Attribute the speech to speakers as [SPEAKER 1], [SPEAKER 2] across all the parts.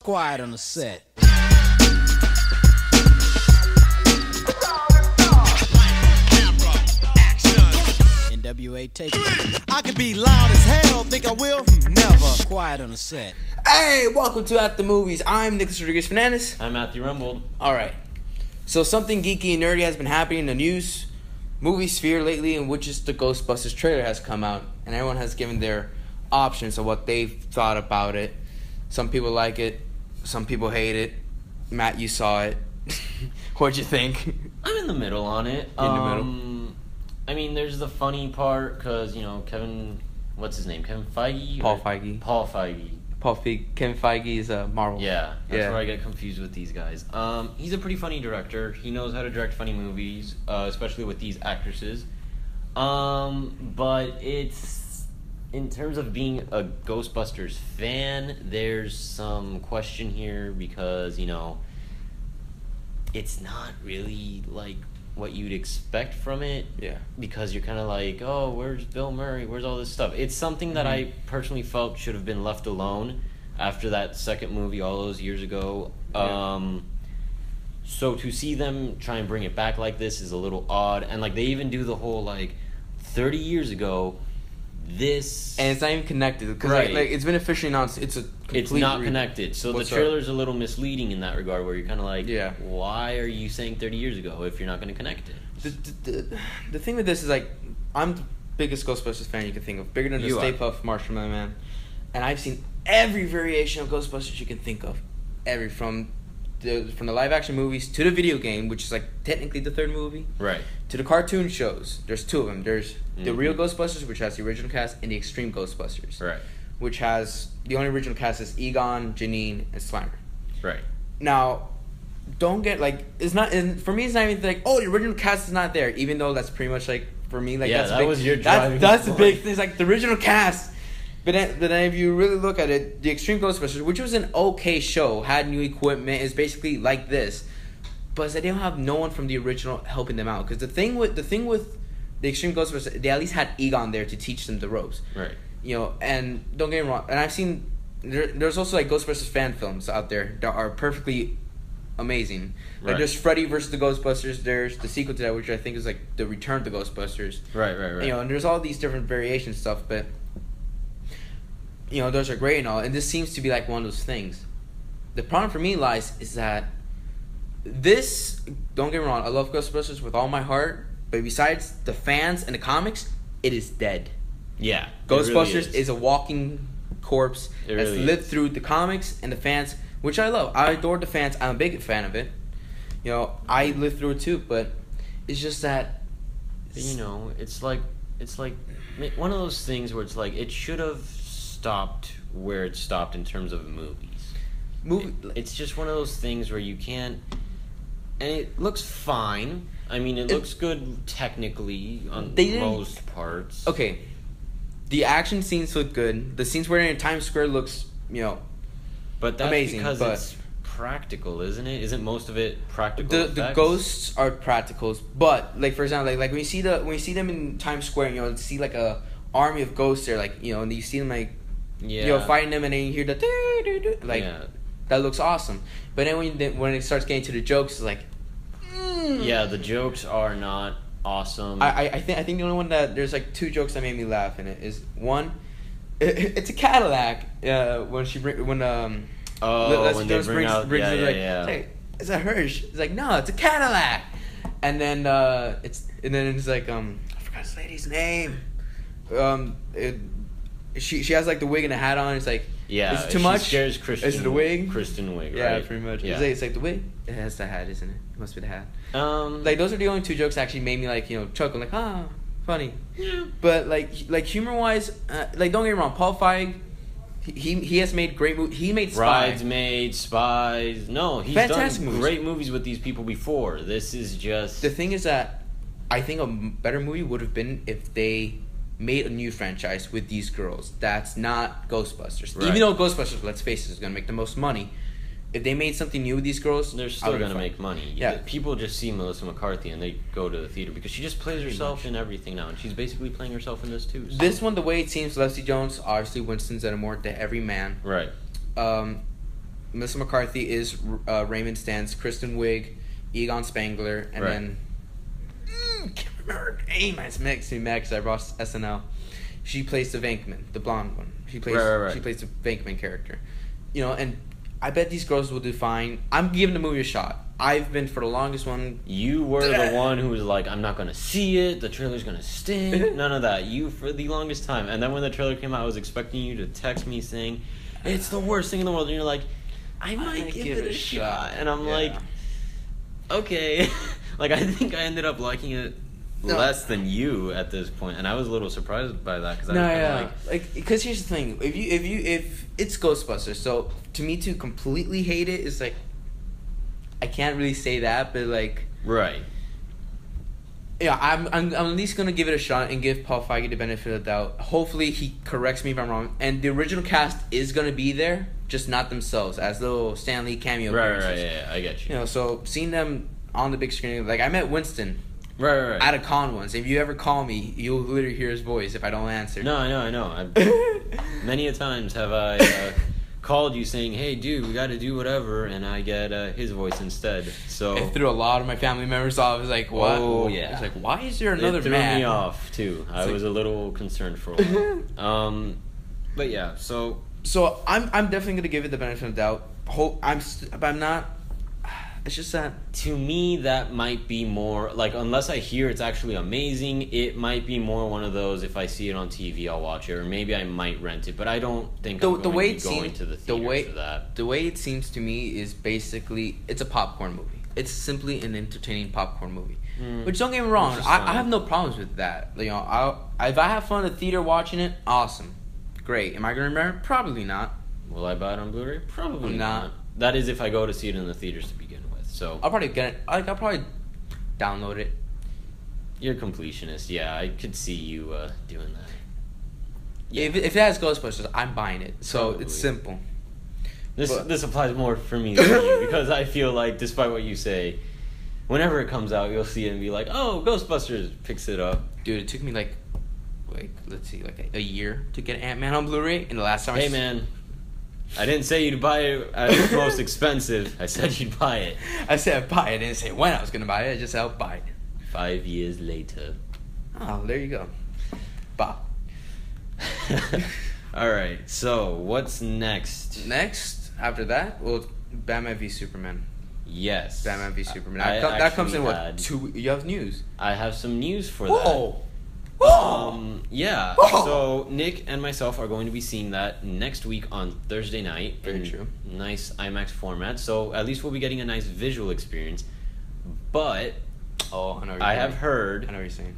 [SPEAKER 1] quiet on the set. NWA take
[SPEAKER 2] I could be loud as hell, think I will? Never.
[SPEAKER 1] quiet on the set.
[SPEAKER 3] Hey, welcome to At the Movies. I'm Nicholas Rodriguez Fernandez.
[SPEAKER 4] I'm Matthew Rumbold.
[SPEAKER 3] All right. So something geeky and nerdy has been happening in the news, movie sphere lately, in which is the Ghostbusters trailer has come out, and everyone has given their options of what they thought about it. Some people like it, some people hate it. Matt, you saw it. What'd you think?
[SPEAKER 4] I'm in the middle on it.
[SPEAKER 3] the middle.
[SPEAKER 4] Um, I mean, there's the funny part because you know Kevin, what's his name? Kevin Feige.
[SPEAKER 3] Paul
[SPEAKER 4] Or-
[SPEAKER 3] Feige.
[SPEAKER 4] Paul Feige.
[SPEAKER 3] Paul Feig, Kevin Feige is a Marvel.
[SPEAKER 4] Yeah, that's
[SPEAKER 3] Yeah.
[SPEAKER 4] where I get confused with these guys. Um, he's a pretty funny director. He knows how to direct funny movies, uh, especially with these actresses. Um, but it's in terms of being a Ghostbusters fan, there's some question here because you know it's not really like what you'd expect from it
[SPEAKER 3] Yeah.
[SPEAKER 4] because you're kind of like, oh, where's Bill Murray? Where's all this stuff? It's something that
[SPEAKER 3] Mm-hmm.
[SPEAKER 4] I personally felt should have been left alone after that second movie all those years ago.
[SPEAKER 3] Yeah.
[SPEAKER 4] Um, so to see them try and bring it back like this is a little odd. And like they even do the whole like 30 years ago, this
[SPEAKER 3] And it's not even connected because like-
[SPEAKER 4] Right.
[SPEAKER 3] like, it's been officially announced. It's a complete
[SPEAKER 4] it's not
[SPEAKER 3] re-
[SPEAKER 4] connected. So the
[SPEAKER 3] What's up?
[SPEAKER 4] trailer's a little misleading in that regard where you're kind of like,
[SPEAKER 3] Yeah.
[SPEAKER 4] why are you saying 30 years ago if you're not going to connect it?
[SPEAKER 3] the, the, the- the thing with this is like I'm the biggest Ghostbusters fan you can think of, bigger than the
[SPEAKER 4] You
[SPEAKER 3] Stay
[SPEAKER 4] are.
[SPEAKER 3] Puft Marshmallow Man, and I've seen every variation of Ghostbusters you can think of, every from the from the live action movies to the video game, which is like technically the third movie,
[SPEAKER 4] Right.
[SPEAKER 3] to the cartoon shows. There's two of them. There's the
[SPEAKER 4] Mhm.
[SPEAKER 3] real Ghostbusters, which has the original cast, and the Extreme Ghostbusters,
[SPEAKER 4] Right.
[SPEAKER 3] which has the only original cast is Egon, Janine, and Slimer.
[SPEAKER 4] Right.
[SPEAKER 3] Now, don't get like it's not. And for me, it's not even like oh, the original cast is not there, even though that's pretty much like for me like
[SPEAKER 4] Yeah,
[SPEAKER 3] that's a
[SPEAKER 4] that
[SPEAKER 3] big,
[SPEAKER 4] was your
[SPEAKER 3] that's
[SPEAKER 4] driving
[SPEAKER 3] that's the
[SPEAKER 4] point.
[SPEAKER 3] big thing. It's like the original cast. But then, but then if you really look at it, the Extreme Ghostbusters, which was an okay show, had new equipment, is basically like this, but they didn't have no one from the original helping them out. Because the thing with the thing with the Extreme Ghostbusters, they at least had Egon there to teach them the ropes
[SPEAKER 4] Right.
[SPEAKER 3] you know, and don't get me wrong, and I've seen there, there's also like Ghostbusters fan films out there that are perfectly amazing. Like
[SPEAKER 4] Right.
[SPEAKER 3] there's Freddy versus the Ghostbusters. There's the sequel to that, which I think is like the Return of the Ghostbusters.
[SPEAKER 4] Right, right, right.
[SPEAKER 3] You know, and there's all these different variation stuff, but you know, those are great and all. And this seems to be like one of those things. The problem for me lies is that this. Don't get me wrong, I love Ghostbusters with all my heart, but besides the fans and the comics, it is dead.
[SPEAKER 4] yeah. it really
[SPEAKER 3] Ghostbusters is. a walking corpse
[SPEAKER 4] It
[SPEAKER 3] that's
[SPEAKER 4] really
[SPEAKER 3] lived
[SPEAKER 4] is.
[SPEAKER 3] through the comics and the fans, which I love. I adore the fans. I'm a big fan of it. You know, I lived through it too, but it's just that
[SPEAKER 4] you know it's like it's like ma- one of those things where it's like it should have stopped where it stopped in terms of movies
[SPEAKER 3] movie.
[SPEAKER 4] it's just one of those things where you can't and it looks fine i mean it,
[SPEAKER 3] It-
[SPEAKER 4] looks good technically on
[SPEAKER 3] They didn't-
[SPEAKER 4] most parts
[SPEAKER 3] Okay, the action scenes look good. The scenes where they're in Times Square looks, you know,
[SPEAKER 4] but that's
[SPEAKER 3] amazing,
[SPEAKER 4] because
[SPEAKER 3] but-
[SPEAKER 4] it's practical isn't it isn't most of it practical
[SPEAKER 3] the the
[SPEAKER 4] effects?
[SPEAKER 3] ghosts are practicals, but like for example, like, like when you see the when you see them in Times Square, you know, see like a army of ghosts there, like you know, and you see them like
[SPEAKER 4] yeah
[SPEAKER 3] you know fighting them, and then you hear the doo, doo, doo, like.
[SPEAKER 4] yeah.
[SPEAKER 3] that looks awesome. But then when then when it starts getting to the jokes, it's like, mm.
[SPEAKER 4] yeah the jokes are not awesome
[SPEAKER 3] I, I I think I think the only one that there's like two jokes that made me laugh in it is one, it, it's a Cadillac. Uh, when she bring when um,
[SPEAKER 4] Oh,
[SPEAKER 3] Leslie
[SPEAKER 4] when they
[SPEAKER 3] Jones
[SPEAKER 4] bring out- yeah,
[SPEAKER 3] it,
[SPEAKER 4] yeah,
[SPEAKER 3] like,
[SPEAKER 4] yeah.
[SPEAKER 3] it's like, it's a Hirsch. It's like no, it's a Cadillac. And then uh, it's and then it's like um, I forgot this lady's name. Um, it, she she has like the wig and a hat on. It's like
[SPEAKER 4] yeah
[SPEAKER 3] is it too
[SPEAKER 4] she
[SPEAKER 3] much?
[SPEAKER 4] scares Kristen,
[SPEAKER 3] Is it a wig?
[SPEAKER 4] kristen wig
[SPEAKER 3] Yeah,
[SPEAKER 4] right?
[SPEAKER 3] pretty much.
[SPEAKER 4] yeah.
[SPEAKER 3] It's, like, it's like the wig. It has the hat, isn't it? It must be the hat.
[SPEAKER 4] um
[SPEAKER 3] Like those are the only two jokes that actually made me like you know chuckle like ah funny.
[SPEAKER 4] yeah.
[SPEAKER 3] But like h- like humor wise, uh, like don't get me wrong, Paul Feig, he he, he has made great movies. He made Spy.
[SPEAKER 4] Bridesmaids, spies. No, he's
[SPEAKER 3] Fantastic
[SPEAKER 4] done
[SPEAKER 3] movies.
[SPEAKER 4] great movies with these people before. This is just
[SPEAKER 3] the thing is that I think a m- better movie would have been if they made a new franchise with these girls. That's not Ghostbusters.
[SPEAKER 4] Right.
[SPEAKER 3] Even though Ghostbusters, let's face it, is gonna make the most money. If they made something new with these girls,
[SPEAKER 4] they're
[SPEAKER 3] I
[SPEAKER 4] still
[SPEAKER 3] would've
[SPEAKER 4] gonna
[SPEAKER 3] been fine.
[SPEAKER 4] make money.
[SPEAKER 3] Yeah.
[SPEAKER 4] The People just see Melissa McCarthy and they go to the theater because she just plays herself in everything now, and she's basically playing herself in this too. so-
[SPEAKER 3] This one, the way it seems, Leslie Jones, obviously Winston Zeddemore, the everyman.
[SPEAKER 4] right?
[SPEAKER 3] Um, Melissa McCarthy is uh, Raymond Stantz, Kristen Wiig, Egon Spangler, and
[SPEAKER 4] Right.
[SPEAKER 3] then Mm, can't remember her name. It makes me mad 'cause I watched SNL. She plays the Vankman, the blonde one. She plays
[SPEAKER 4] Right, right, right.
[SPEAKER 3] she plays the Vankman character. You know, and I bet these girls will do fine. I'm giving the movie a shot. I've been for the longest one.
[SPEAKER 4] You were the one who was like, I'm not gonna see it, the trailer's gonna stink, none of that. You for the longest time. And then when the trailer came out, I was expecting you to text me saying, It's the worst thing in the world. And you're like, I might give, it a shot. And I'm
[SPEAKER 3] Yeah.
[SPEAKER 4] like, Okay. like, I think I ended up liking it
[SPEAKER 3] No.
[SPEAKER 4] less than you at this point. And I was a little surprised by that because I
[SPEAKER 3] No,
[SPEAKER 4] was kinda
[SPEAKER 3] yeah,
[SPEAKER 4] like,
[SPEAKER 3] like because here's the thing: if you if you if it's Ghostbusters, so to me to completely hate it is like I can't really say that, but like
[SPEAKER 4] Right.
[SPEAKER 3] yeah, I'm, I'm I'm at least gonna give it a shot and give Paul Feige the benefit of the doubt. Hopefully, he corrects me if I'm wrong. And the original cast is gonna be there, just not themselves as little Stanley cameo.
[SPEAKER 4] Right, right,
[SPEAKER 3] appearances.
[SPEAKER 4] right, yeah, yeah, I get you.
[SPEAKER 3] You know, so seeing them on the big screen, like I met Winston
[SPEAKER 4] Right, right, right.
[SPEAKER 3] at a con once. If you ever call me, you'll literally hear his voice if I don't answer.
[SPEAKER 4] No, I know, I know. I, many a times have I uh, called you saying, "Hey, dude, we got to do whatever," and I get uh, his voice instead. So
[SPEAKER 3] It
[SPEAKER 4] it
[SPEAKER 3] threw a lot of my family members off. I was like, "What?"
[SPEAKER 4] Oh,
[SPEAKER 3] I
[SPEAKER 4] yeah.
[SPEAKER 3] was like, "Why is there another
[SPEAKER 4] threw
[SPEAKER 3] man?"
[SPEAKER 4] me off too. I
[SPEAKER 3] It's like-
[SPEAKER 4] was a little concerned for a while. um, but yeah, so
[SPEAKER 3] So I'm I'm definitely gonna give it the benefit of the doubt. Hope I'm st- but I'm not. It's just that
[SPEAKER 4] to me that might be more like unless i hear it's actually amazing it might be more one of those if i see it on tv i'll watch it or maybe i might rent it but i don't think
[SPEAKER 3] the,
[SPEAKER 4] i'm going
[SPEAKER 3] the way
[SPEAKER 4] to be
[SPEAKER 3] it
[SPEAKER 4] going
[SPEAKER 3] seems
[SPEAKER 4] to the
[SPEAKER 3] the
[SPEAKER 4] theater
[SPEAKER 3] way
[SPEAKER 4] for that
[SPEAKER 3] the way it seems to me is basically it's a popcorn movie. It's simply an entertaining popcorn movie.
[SPEAKER 4] Mm.
[SPEAKER 3] Which don't get me wrong,
[SPEAKER 4] Which is
[SPEAKER 3] I, I
[SPEAKER 4] fine.
[SPEAKER 3] have no problems with that. You know, I if I have fun at theater watching it, awesome, great. Am I gonna remember? it? Probably not.
[SPEAKER 4] Will I buy it on Blu-ray? Probably
[SPEAKER 3] Nah.
[SPEAKER 4] not. That is if I go to see it in the theaters to begin with. So
[SPEAKER 3] I'll probably get it. Like I'll probably download it.
[SPEAKER 4] you're a completionist. Yeah, I could see you uh, doing that. Yeah.
[SPEAKER 3] If, if it has Ghostbusters, I'm buying it. So
[SPEAKER 4] Probably.
[SPEAKER 3] it's simple.
[SPEAKER 4] This
[SPEAKER 3] But-
[SPEAKER 4] this applies more for me than you because I feel like, despite what you say, whenever it comes out, you'll see it and be like, "Oh, Ghostbusters picks it up."
[SPEAKER 3] Dude, it took me like, like let's see, like a, a year to get Ant Man on Blu-ray, and the last time I
[SPEAKER 4] Hey,
[SPEAKER 3] s-
[SPEAKER 4] man. I didn't say you'd buy it at its most expensive. I said you'd buy it.
[SPEAKER 3] I said I'd buy it. I didn't say when I was gonna buy it. I just said I'll buy it.
[SPEAKER 4] Five years later.
[SPEAKER 3] Oh, there you go. Bah.
[SPEAKER 4] All right. So what's next?
[SPEAKER 3] Next, after that, well, Batman v Superman.
[SPEAKER 4] Yes.
[SPEAKER 3] Batman v Superman.
[SPEAKER 4] I
[SPEAKER 3] I co- that comes
[SPEAKER 4] actually
[SPEAKER 3] in what
[SPEAKER 4] had-
[SPEAKER 3] two? You have news.
[SPEAKER 4] I have some news for
[SPEAKER 3] Whoa.
[SPEAKER 4] that.
[SPEAKER 3] Whoa.
[SPEAKER 4] Um, yeah.
[SPEAKER 3] Oh.
[SPEAKER 4] So Nick and myself are going to be seeing that next week on Thursday night.
[SPEAKER 3] Very
[SPEAKER 4] in
[SPEAKER 3] true.
[SPEAKER 4] Nice IMAX format. So at least we'll be getting a nice visual experience. But
[SPEAKER 3] oh, I know. what you're
[SPEAKER 4] I have
[SPEAKER 3] doing.
[SPEAKER 4] heard.
[SPEAKER 3] I know what you're saying.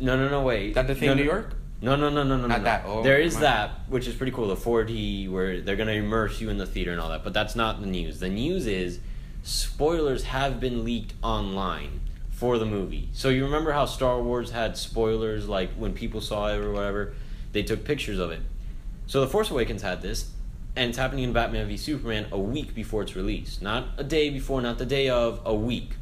[SPEAKER 4] No, no, no, wait.
[SPEAKER 3] That the thing
[SPEAKER 4] no,
[SPEAKER 3] in
[SPEAKER 4] no-
[SPEAKER 3] New York?
[SPEAKER 4] No, no, no, no, no.
[SPEAKER 3] Not
[SPEAKER 4] no.
[SPEAKER 3] that. Oh,
[SPEAKER 4] there is
[SPEAKER 3] my-
[SPEAKER 4] that, which is pretty cool. The 4D, where they're gonna immerse you in the theater and all that. But that's not the news. The news is spoilers have been leaked online for the movie. So you remember how Star Wars had spoilers, like when people saw it or whatever, they took pictures of it. So the Force Awakens had this, and it's happening in Batman v Superman a week before it's released. Not a day before, not the day of, a week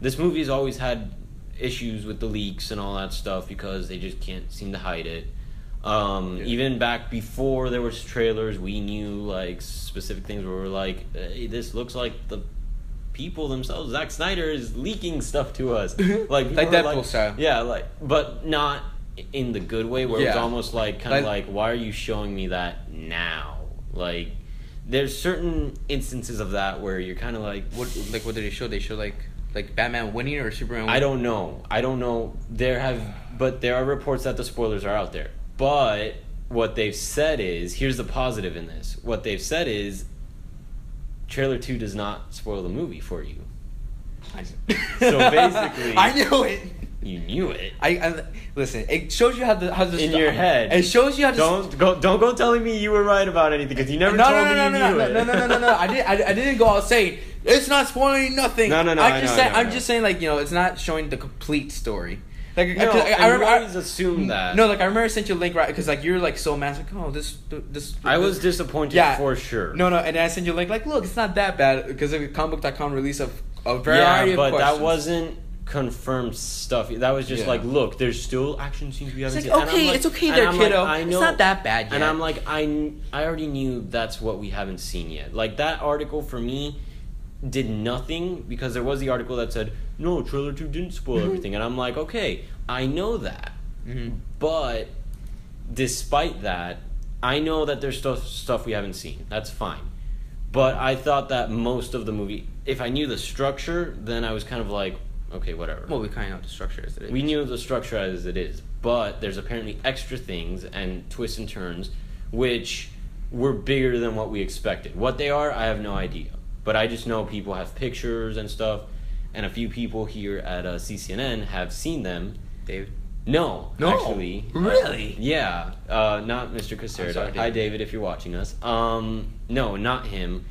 [SPEAKER 4] this movie's always had issues with the leaks and all that stuff because they just can't seem to hide it. Um,
[SPEAKER 3] Yeah.
[SPEAKER 4] Even back before there was trailers, we knew like specific things where we are like, hey, this looks like the people themselves. Zack Snyder is leaking stuff to us, like people
[SPEAKER 3] Like
[SPEAKER 4] are
[SPEAKER 3] Deadpool style.
[SPEAKER 4] Yeah, like, but not in the good way where it's
[SPEAKER 3] Yeah.
[SPEAKER 4] almost like kind
[SPEAKER 3] Like-
[SPEAKER 4] of like, why are you showing me that now? Like, there's certain instances of that where you're kind of like,
[SPEAKER 3] What like what did they show? They show like like Batman winning or Superman.
[SPEAKER 4] I don't know. I don't know. There have, but there are reports that the spoilers are out there. But what they've said is, here's the positive in this. What they've said is, trailer two does not spoil the movie for you. So basically-
[SPEAKER 3] I knew it.
[SPEAKER 4] You knew it.
[SPEAKER 3] I, I listen. It shows you how the how the
[SPEAKER 4] In your head.
[SPEAKER 3] It shows you how the
[SPEAKER 4] Don't go. Don't go telling me you were right about anything because you never
[SPEAKER 3] no,
[SPEAKER 4] told
[SPEAKER 3] no,
[SPEAKER 4] me
[SPEAKER 3] no, no,
[SPEAKER 4] you knew
[SPEAKER 3] no, no,
[SPEAKER 4] it.
[SPEAKER 3] no, no, no, no, no. I didn't. I, I didn't go out saying it's not spoiling nothing.
[SPEAKER 4] No, no, no,
[SPEAKER 3] I'm
[SPEAKER 4] I
[SPEAKER 3] just
[SPEAKER 4] know, I
[SPEAKER 3] saying.
[SPEAKER 4] know, I
[SPEAKER 3] I'm
[SPEAKER 4] know.
[SPEAKER 3] just saying. Like you know, it's not showing the complete story. Like I-
[SPEAKER 4] No,
[SPEAKER 3] I, I,
[SPEAKER 4] and
[SPEAKER 3] I
[SPEAKER 4] you
[SPEAKER 3] remember.
[SPEAKER 4] always
[SPEAKER 3] I,
[SPEAKER 4] assume that.
[SPEAKER 3] No, like I remember I sent you a link right because like you're like so mad. Like oh this this.
[SPEAKER 4] I
[SPEAKER 3] this-
[SPEAKER 4] was disappointed
[SPEAKER 3] Yeah.
[SPEAKER 4] for sure.
[SPEAKER 3] No, no, and I sent you a link. Like look, it's not that bad because of the comicbook.com release of a variety
[SPEAKER 4] yeah,
[SPEAKER 3] of
[SPEAKER 4] but
[SPEAKER 3] questions.
[SPEAKER 4] that wasn't confirmed stuff. That was just
[SPEAKER 3] Yeah.
[SPEAKER 4] like, look, there's still action scenes we haven't
[SPEAKER 3] It's
[SPEAKER 4] seen.
[SPEAKER 3] like,
[SPEAKER 4] And I'm
[SPEAKER 3] okay,
[SPEAKER 4] like-
[SPEAKER 3] it's okay
[SPEAKER 4] and
[SPEAKER 3] there,
[SPEAKER 4] I'm like,
[SPEAKER 3] kiddo.
[SPEAKER 4] I
[SPEAKER 3] It's
[SPEAKER 4] know-
[SPEAKER 3] not that bad
[SPEAKER 4] And
[SPEAKER 3] yet.
[SPEAKER 4] I'm like, I, kn- I already knew that's what we haven't seen yet. Like that article for me did nothing because there was the article that said no, trailer two didn't spoil
[SPEAKER 3] Mm-hmm.
[SPEAKER 4] everything, and I'm like, okay, I know that,
[SPEAKER 3] Mm-hmm.
[SPEAKER 4] but despite that, I know that there's stuff stuff we haven't seen. That's fine. But I thought that most of the movie, if I knew the structure, then I was kind of like, okay, whatever.
[SPEAKER 3] Well, we kind of know what the structure is. Today.
[SPEAKER 4] we knew the structure as it is, but there's apparently extra things and twists and turns which were bigger than what we expected. What they are, I have no idea. But I just know people have pictures and stuff, and a few people here at uh, CCNN have seen them.
[SPEAKER 3] David.
[SPEAKER 4] No,
[SPEAKER 3] No?
[SPEAKER 4] actually, uh,
[SPEAKER 3] Really?
[SPEAKER 4] yeah, uh, not Mr. Caserta.
[SPEAKER 3] sorry,
[SPEAKER 4] Hi,
[SPEAKER 3] David.
[SPEAKER 4] David, if you're watching us. Um, no, not him.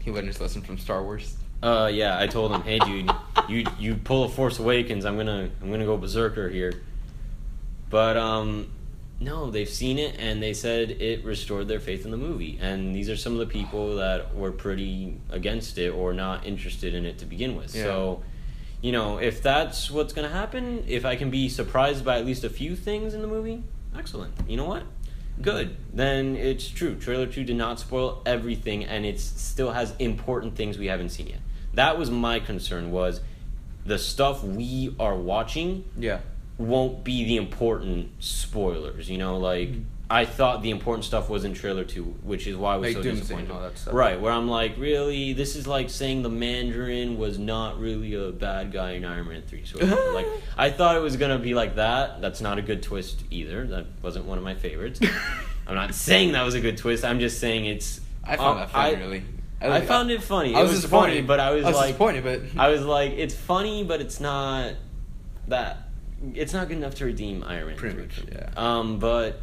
[SPEAKER 3] He learned his lesson from Star Wars.
[SPEAKER 4] Uh, yeah, I told him, hey, dude, you you pull a Force Awakens, I'm gonna I'm gonna go berserker here. But um, no, they've seen it and they said it restored their faith in the movie. And these are some of the people that were pretty against it or not interested in it to begin with.
[SPEAKER 3] Yeah.
[SPEAKER 4] So, you know, if that's what's gonna happen, if I can be surprised by at least a few things in the movie, excellent. You know what? Good. Then it's true. Trailer two did not spoil everything, and it still has important things we haven't seen yet. That was my concern. Was the stuff we are watching
[SPEAKER 3] Yeah.
[SPEAKER 4] won't be the important spoilers. You know, like
[SPEAKER 3] Mm-hmm.
[SPEAKER 4] I thought the important stuff was in trailer two, which is why I was
[SPEAKER 3] Like
[SPEAKER 4] so
[SPEAKER 3] Doomsday
[SPEAKER 4] disappointed.
[SPEAKER 3] and all that stuff.
[SPEAKER 4] Right, where I'm like, really, this is like saying the Mandarin was not really a bad guy in Iron Man three. So like, I thought it was gonna be like that. That's not a good twist either. That wasn't one of my favorites. I'm not saying that was a good twist. I'm just saying it's.
[SPEAKER 3] I found
[SPEAKER 4] uh,
[SPEAKER 3] that funny,
[SPEAKER 4] I,
[SPEAKER 3] really.
[SPEAKER 4] I found it funny.
[SPEAKER 3] I was,
[SPEAKER 4] it was
[SPEAKER 3] disappointed,
[SPEAKER 4] funny, but I was,
[SPEAKER 3] I was
[SPEAKER 4] like,
[SPEAKER 3] disappointed, but
[SPEAKER 4] I was like, it's funny, but it's not that. It's not good enough to redeem Iron Man.
[SPEAKER 3] Pretty
[SPEAKER 4] three
[SPEAKER 3] much,
[SPEAKER 4] for me.
[SPEAKER 3] yeah.
[SPEAKER 4] Um, but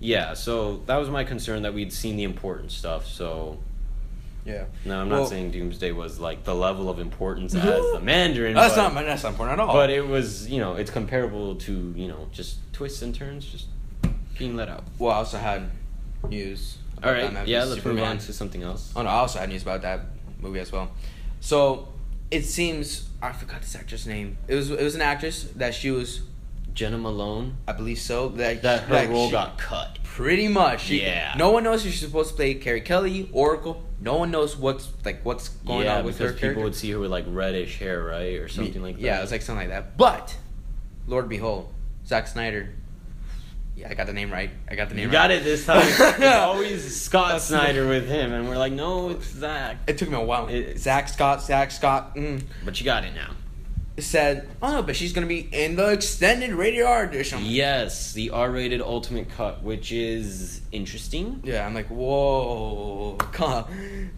[SPEAKER 4] yeah, so that was my concern that we'd seen the important stuff. So
[SPEAKER 3] yeah.
[SPEAKER 4] no, I'm not
[SPEAKER 3] Well-
[SPEAKER 4] saying Doomsday was like the level of importance as the Mandarin.
[SPEAKER 3] That's
[SPEAKER 4] but,
[SPEAKER 3] not that's not important at all.
[SPEAKER 4] But it was, you know, it's comparable to you know just twists and turns, just being let out.
[SPEAKER 3] well, I also had news.
[SPEAKER 4] All
[SPEAKER 3] about that
[SPEAKER 4] right,
[SPEAKER 3] movie,
[SPEAKER 4] yeah, let's move
[SPEAKER 3] Superman.
[SPEAKER 4] on to something else.
[SPEAKER 3] Oh no, I also had news about that movie as well. So it seems I forgot this actress' name. It was it was an actress that she was,
[SPEAKER 4] Jenna Malone,
[SPEAKER 3] I believe so. That,
[SPEAKER 4] that her
[SPEAKER 3] that
[SPEAKER 4] role
[SPEAKER 3] she-
[SPEAKER 4] got cut.
[SPEAKER 3] pretty much. She,
[SPEAKER 4] Yeah.
[SPEAKER 3] No one knows if she's supposed to play Carrie Kelly, Oracle. No one knows what's like what's going
[SPEAKER 4] yeah,
[SPEAKER 3] on with her
[SPEAKER 4] because
[SPEAKER 3] character.
[SPEAKER 4] people would see her with like reddish hair, right, or something like that.
[SPEAKER 3] Yeah, it was like something like that. But Lord behold, Zack Snyder. Yeah, I got the name right. I got the name
[SPEAKER 4] You
[SPEAKER 3] right.
[SPEAKER 4] got it this time. It's always Scott Snyder with him, and we're like, no, it's Zach.
[SPEAKER 3] It took me a while.
[SPEAKER 4] It-
[SPEAKER 3] Zach Scott, Zach Scott mm,
[SPEAKER 4] But you got it now.
[SPEAKER 3] said, "Oh, but she's gonna be in the extended rated R edition."
[SPEAKER 4] Yes, the R-rated Ultimate Cut, which is interesting.
[SPEAKER 3] Yeah, I'm like, whoa, huh.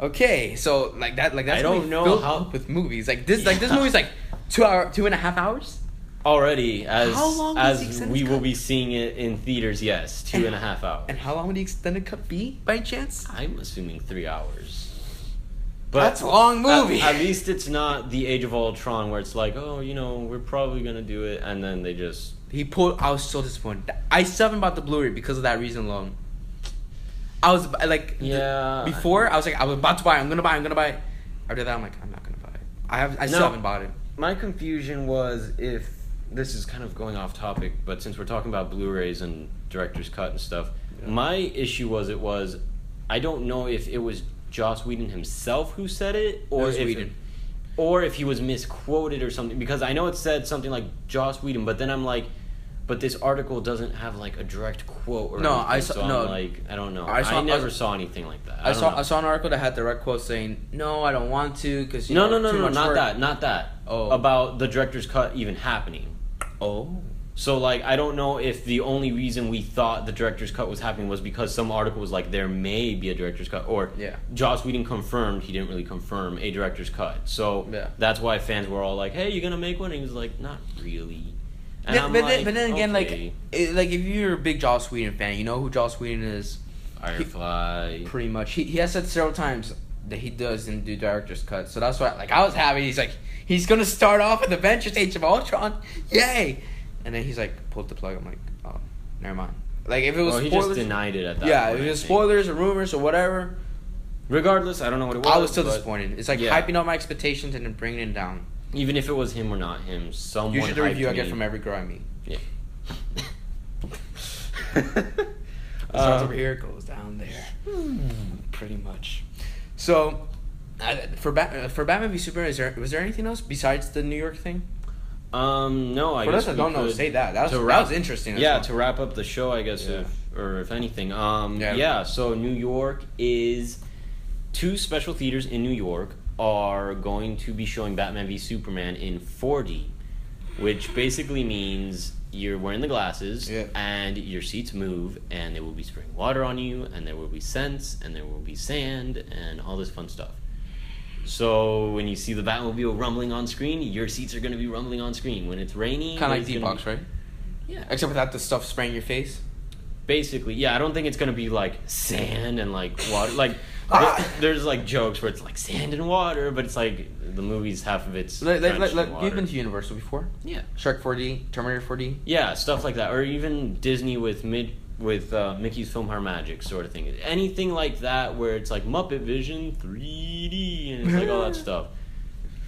[SPEAKER 3] okay. So like that, like that's
[SPEAKER 4] I don't
[SPEAKER 3] really
[SPEAKER 4] know
[SPEAKER 3] filled
[SPEAKER 4] how-
[SPEAKER 3] up with movies like this. Like this
[SPEAKER 4] Yeah.
[SPEAKER 3] movie's like two hour, two and a half hours.
[SPEAKER 4] Already, as
[SPEAKER 3] How long is the
[SPEAKER 4] as
[SPEAKER 3] extended
[SPEAKER 4] we
[SPEAKER 3] cut?
[SPEAKER 4] will be seeing it in theaters. Yes, two and a half hours.
[SPEAKER 3] And how long would the extended cut be by chance?
[SPEAKER 4] I'm assuming three hours.
[SPEAKER 3] that's a long movie.
[SPEAKER 4] At, at least it's not the Age of Ultron, where it's like, oh, you know, we're probably gonna do it, and then they just
[SPEAKER 3] He pulled. I was so disappointed. I still haven't bought the Blu-ray because of that reason alone. I was I, like, the-
[SPEAKER 4] Yeah.
[SPEAKER 3] before I was like, I was about to buy. it, I'm gonna buy. it, I'm gonna buy. it. After that, I'm like, I'm not gonna buy it. I have. I still
[SPEAKER 4] No.
[SPEAKER 3] haven't bought it.
[SPEAKER 4] my confusion was if this is kind of going off topic, but since we're talking about Blu-rays and director's cut and stuff, my issue was it was I don't know if it was Joss Whedon himself who said it or
[SPEAKER 3] was
[SPEAKER 4] if
[SPEAKER 3] Whedon.
[SPEAKER 4] or if he was misquoted or something because I know it said something like Joss Whedon, but then I'm like but this article doesn't have like a direct quote or
[SPEAKER 3] No,
[SPEAKER 4] anything,
[SPEAKER 3] I saw-
[SPEAKER 4] so I'm
[SPEAKER 3] no.
[SPEAKER 4] like I don't know.
[SPEAKER 3] I
[SPEAKER 4] I,
[SPEAKER 3] saw- I
[SPEAKER 4] never
[SPEAKER 3] was-
[SPEAKER 4] saw anything like that.
[SPEAKER 3] I,
[SPEAKER 4] don't
[SPEAKER 3] saw.
[SPEAKER 4] know.
[SPEAKER 3] I saw an article that had direct quote saying, "No, I don't want to because
[SPEAKER 4] no, no, no, no, not that, not that.
[SPEAKER 3] Oh.
[SPEAKER 4] About the director's cut even happening.
[SPEAKER 3] Oh,
[SPEAKER 4] So like I don't know if the only reason we thought the director's cut was happening was because some article was like there may be a director's cut or
[SPEAKER 3] Yeah.
[SPEAKER 4] Joss Whedon confirmed he didn't really confirm a director's cut. So
[SPEAKER 3] Yeah.
[SPEAKER 4] that's why fans were all like, "Hey, you gonna make one?" And he was like, "Not really." And
[SPEAKER 3] Yeah,
[SPEAKER 4] I'm
[SPEAKER 3] but, then,
[SPEAKER 4] like,
[SPEAKER 3] but then again,
[SPEAKER 4] "Okay,
[SPEAKER 3] like, it, like if you're a big Joss Whedon fan, you know who Joss Whedon is.
[SPEAKER 4] Firefly.
[SPEAKER 3] Pretty much, he, he has said several times that he doesn't do director's cut. So that's why, like, I was happy. He's like, he's gonna start off with Avengers: Age of Ultron, yay! And then he's like, pulled the plug. I'm like, oh, never mind. Like, if it was
[SPEAKER 4] Well, he just
[SPEAKER 3] spoilers,
[SPEAKER 4] denied it at that.
[SPEAKER 3] yeah,
[SPEAKER 4] point,
[SPEAKER 3] if
[SPEAKER 4] I
[SPEAKER 3] it was
[SPEAKER 4] think.
[SPEAKER 3] spoilers or rumors or whatever,
[SPEAKER 4] Regardless, I don't know what it was.
[SPEAKER 3] I was still
[SPEAKER 4] but-
[SPEAKER 3] disappointed. It's like
[SPEAKER 4] yeah.
[SPEAKER 3] hyping up my expectations and then bringing it down.
[SPEAKER 4] Even if it was him or not him, someone.
[SPEAKER 3] Usually the review
[SPEAKER 4] hyped
[SPEAKER 3] I get
[SPEAKER 4] me.
[SPEAKER 3] from every girl I meet.
[SPEAKER 4] Yeah.
[SPEAKER 3] It starts
[SPEAKER 4] Um,
[SPEAKER 3] over here, it goes down there. Uh, hmm, Pretty much. So, uh, for Bat- uh, for Batman v Superman, is there was there anything else besides the New York thing?
[SPEAKER 4] um. No, I
[SPEAKER 3] For those
[SPEAKER 4] guess
[SPEAKER 3] that
[SPEAKER 4] we
[SPEAKER 3] don't know,
[SPEAKER 4] could-
[SPEAKER 3] say that. That was,
[SPEAKER 4] to
[SPEAKER 3] that
[SPEAKER 4] wrap-
[SPEAKER 3] was interesting. as
[SPEAKER 4] Yeah,
[SPEAKER 3] well.
[SPEAKER 4] to wrap up the show, I guess, if, or if anything. Um,
[SPEAKER 3] Yeah.
[SPEAKER 4] yeah. so New York is two special theaters in New York are going to be showing Batman v Superman in 4D, which basically means you're wearing the glasses
[SPEAKER 3] Yeah.
[SPEAKER 4] and your seats move, and they will be spraying water on you, and there will be scents, and there will be sand, and all this fun stuff. So when you see the Batmobile rumbling on screen, your seats are going to be rumbling on screen. When it's rainy,
[SPEAKER 3] kind of like
[SPEAKER 4] it's
[SPEAKER 3] D
[SPEAKER 4] gonna be-
[SPEAKER 3] box, right?
[SPEAKER 4] Yeah,
[SPEAKER 3] Except without the stuff spraying your face.
[SPEAKER 4] basically yeah i don't think it's gonna be like sand and like water like th-
[SPEAKER 3] Ah.
[SPEAKER 4] there's like jokes where it's like sand and water but it's like the movie's half of it's
[SPEAKER 3] Like, like,
[SPEAKER 4] drenched
[SPEAKER 3] like,
[SPEAKER 4] in
[SPEAKER 3] like, you've
[SPEAKER 4] water.
[SPEAKER 3] been to Universal before?
[SPEAKER 4] yeah
[SPEAKER 3] Shark 4D, Terminator 4D.
[SPEAKER 4] yeah stuff like that or even disney with mid with uh, mickey's film Her magic sort of thing anything like that where it's like muppet vision 3d and it's like all that stuff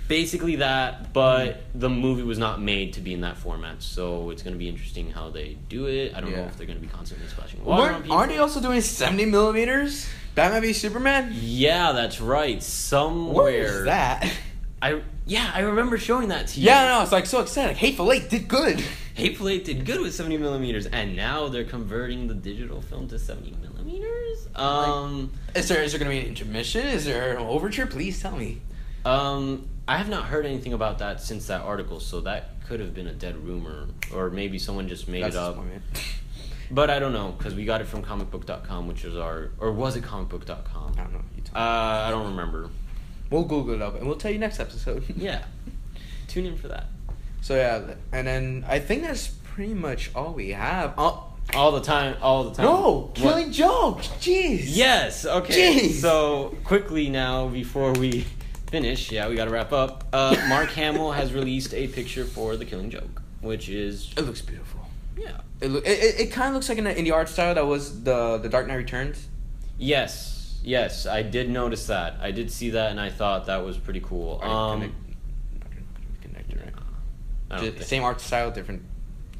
[SPEAKER 4] basically that but the movie was not made to be in that format so it's going to be interesting how they do it i don't know
[SPEAKER 3] Yeah.
[SPEAKER 4] if they're going to be constantly splashing water on
[SPEAKER 3] Weren't,
[SPEAKER 4] people.
[SPEAKER 3] aren't they also doing 70 millimeters? Batman v Superman?
[SPEAKER 4] Yeah, that's right. Somewhere
[SPEAKER 3] Where is that?
[SPEAKER 4] I yeah, I remember showing that to you.
[SPEAKER 3] Yeah, no, it's like so excited. Like, Hateful Eight did good.
[SPEAKER 4] Hateful Eight did good with seventy millimeters, and now they're converting the digital film to seventy millimeters. Um,
[SPEAKER 3] Is there is there gonna be an intermission? Is there an overture? Please tell me.
[SPEAKER 4] um, I have not heard anything about that since that article, so that could have been a dead rumor, or maybe someone just made
[SPEAKER 3] That's
[SPEAKER 4] it up.
[SPEAKER 3] disappointment.
[SPEAKER 4] But I don't know because we got it from comicbook.com, which is our or was it comicbook.com?
[SPEAKER 3] I don't know. You tell
[SPEAKER 4] Uh, I don't remember.
[SPEAKER 3] we'll Google it up and we'll tell you next episode.
[SPEAKER 4] Yeah, tune in for that.
[SPEAKER 3] So yeah, and then I think that's pretty much all we have. Oh
[SPEAKER 4] All the time, all the time.
[SPEAKER 3] no,
[SPEAKER 4] What?
[SPEAKER 3] killing jokes. Jeez.
[SPEAKER 4] Yes. Okay.
[SPEAKER 3] Jeez.
[SPEAKER 4] So quickly now, before we finish, yeah, we got to wrap up. Uh, Mark Hamill has released a picture for The Killing Joke, which is
[SPEAKER 3] It looks beautiful.
[SPEAKER 4] yeah,
[SPEAKER 3] It loo- it, it, it kind of looks like in the, in the art style that was the the Dark Knight Returns.
[SPEAKER 4] yes, yes, I did notice that. I did see that, and I thought that was pretty cool. Um,
[SPEAKER 3] Connect- connected, right?
[SPEAKER 4] I don't
[SPEAKER 3] Ju-
[SPEAKER 4] think-
[SPEAKER 3] Same art style, different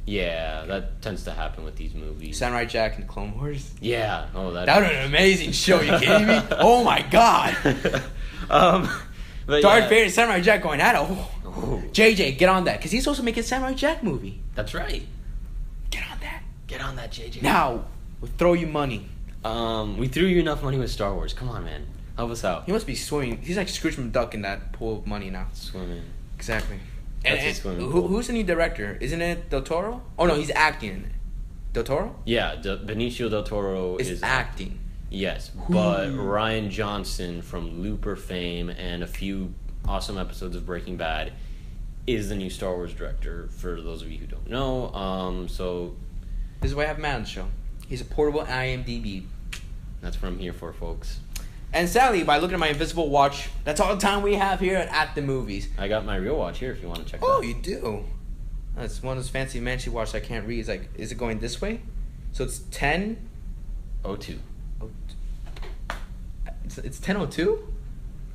[SPEAKER 4] yeah, that tends to happen with these movies.
[SPEAKER 3] Samurai Jack and Clone Wars.
[SPEAKER 4] Yeah. Oh, that.
[SPEAKER 3] That would an amazing show. You kidding me? Oh my god!
[SPEAKER 4] um, but
[SPEAKER 3] Darth
[SPEAKER 4] yeah.
[SPEAKER 3] Vader and Samurai Jack going at it. Oh.
[SPEAKER 4] Oh,
[SPEAKER 3] JJ, get on that, because he's also making a Samurai Jack movie.
[SPEAKER 4] that's right.
[SPEAKER 3] Get on that.
[SPEAKER 4] Get on that, JJ.
[SPEAKER 3] Now, we'll throw you money.
[SPEAKER 4] Um, we threw you enough money with Star Wars. Come on, man. Help us out.
[SPEAKER 3] He must be swimming. He's like Scrooge McDuck in that pool of money now.
[SPEAKER 4] Swimming.
[SPEAKER 3] Exactly.
[SPEAKER 4] That's
[SPEAKER 3] And,
[SPEAKER 4] his
[SPEAKER 3] and
[SPEAKER 4] swimming
[SPEAKER 3] who,
[SPEAKER 4] pool.
[SPEAKER 3] who's the new director? Isn't it Del Toro? Oh no, he's acting in it. Del Toro
[SPEAKER 4] Yeah, De- Benicio del Toro
[SPEAKER 3] is,
[SPEAKER 4] is,
[SPEAKER 3] acting.
[SPEAKER 4] yes, but Ryan Johnson from Looper fame and a few awesome episodes of Breaking Bad is the new Star Wars director. For those of you who don't know, um, so
[SPEAKER 3] This is why I have Matt on the show. He's a portable IMDb.
[SPEAKER 4] that's what I'm here for, folks.
[SPEAKER 3] And sadly, by looking at my invisible watch, that's all the time we have here at, at the movies.
[SPEAKER 4] I got my real watch here if you want to check. it
[SPEAKER 3] Oh,
[SPEAKER 4] out.
[SPEAKER 3] you do. That's one of those fancy mansion watches I can't read. It's like, is it going this way? So it's ten.
[SPEAKER 4] oh two,
[SPEAKER 3] oh, t- It's it's ten oh two.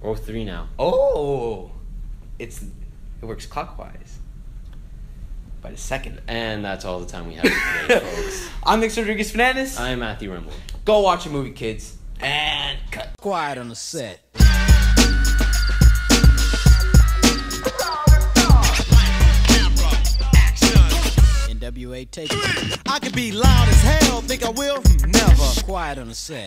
[SPEAKER 4] oh three now.
[SPEAKER 3] Oh, it's it works clockwise. By the second.
[SPEAKER 4] And that's all the time we have today, folks.
[SPEAKER 3] I'm Nick Rodriguez Fernandez.
[SPEAKER 4] I'm Matthew Rimble.
[SPEAKER 3] Go watch a movie, kids. And cut.
[SPEAKER 1] Quiet on the set. NWA take
[SPEAKER 2] I could be loud as hell, think I will? Never.
[SPEAKER 1] quiet on the set.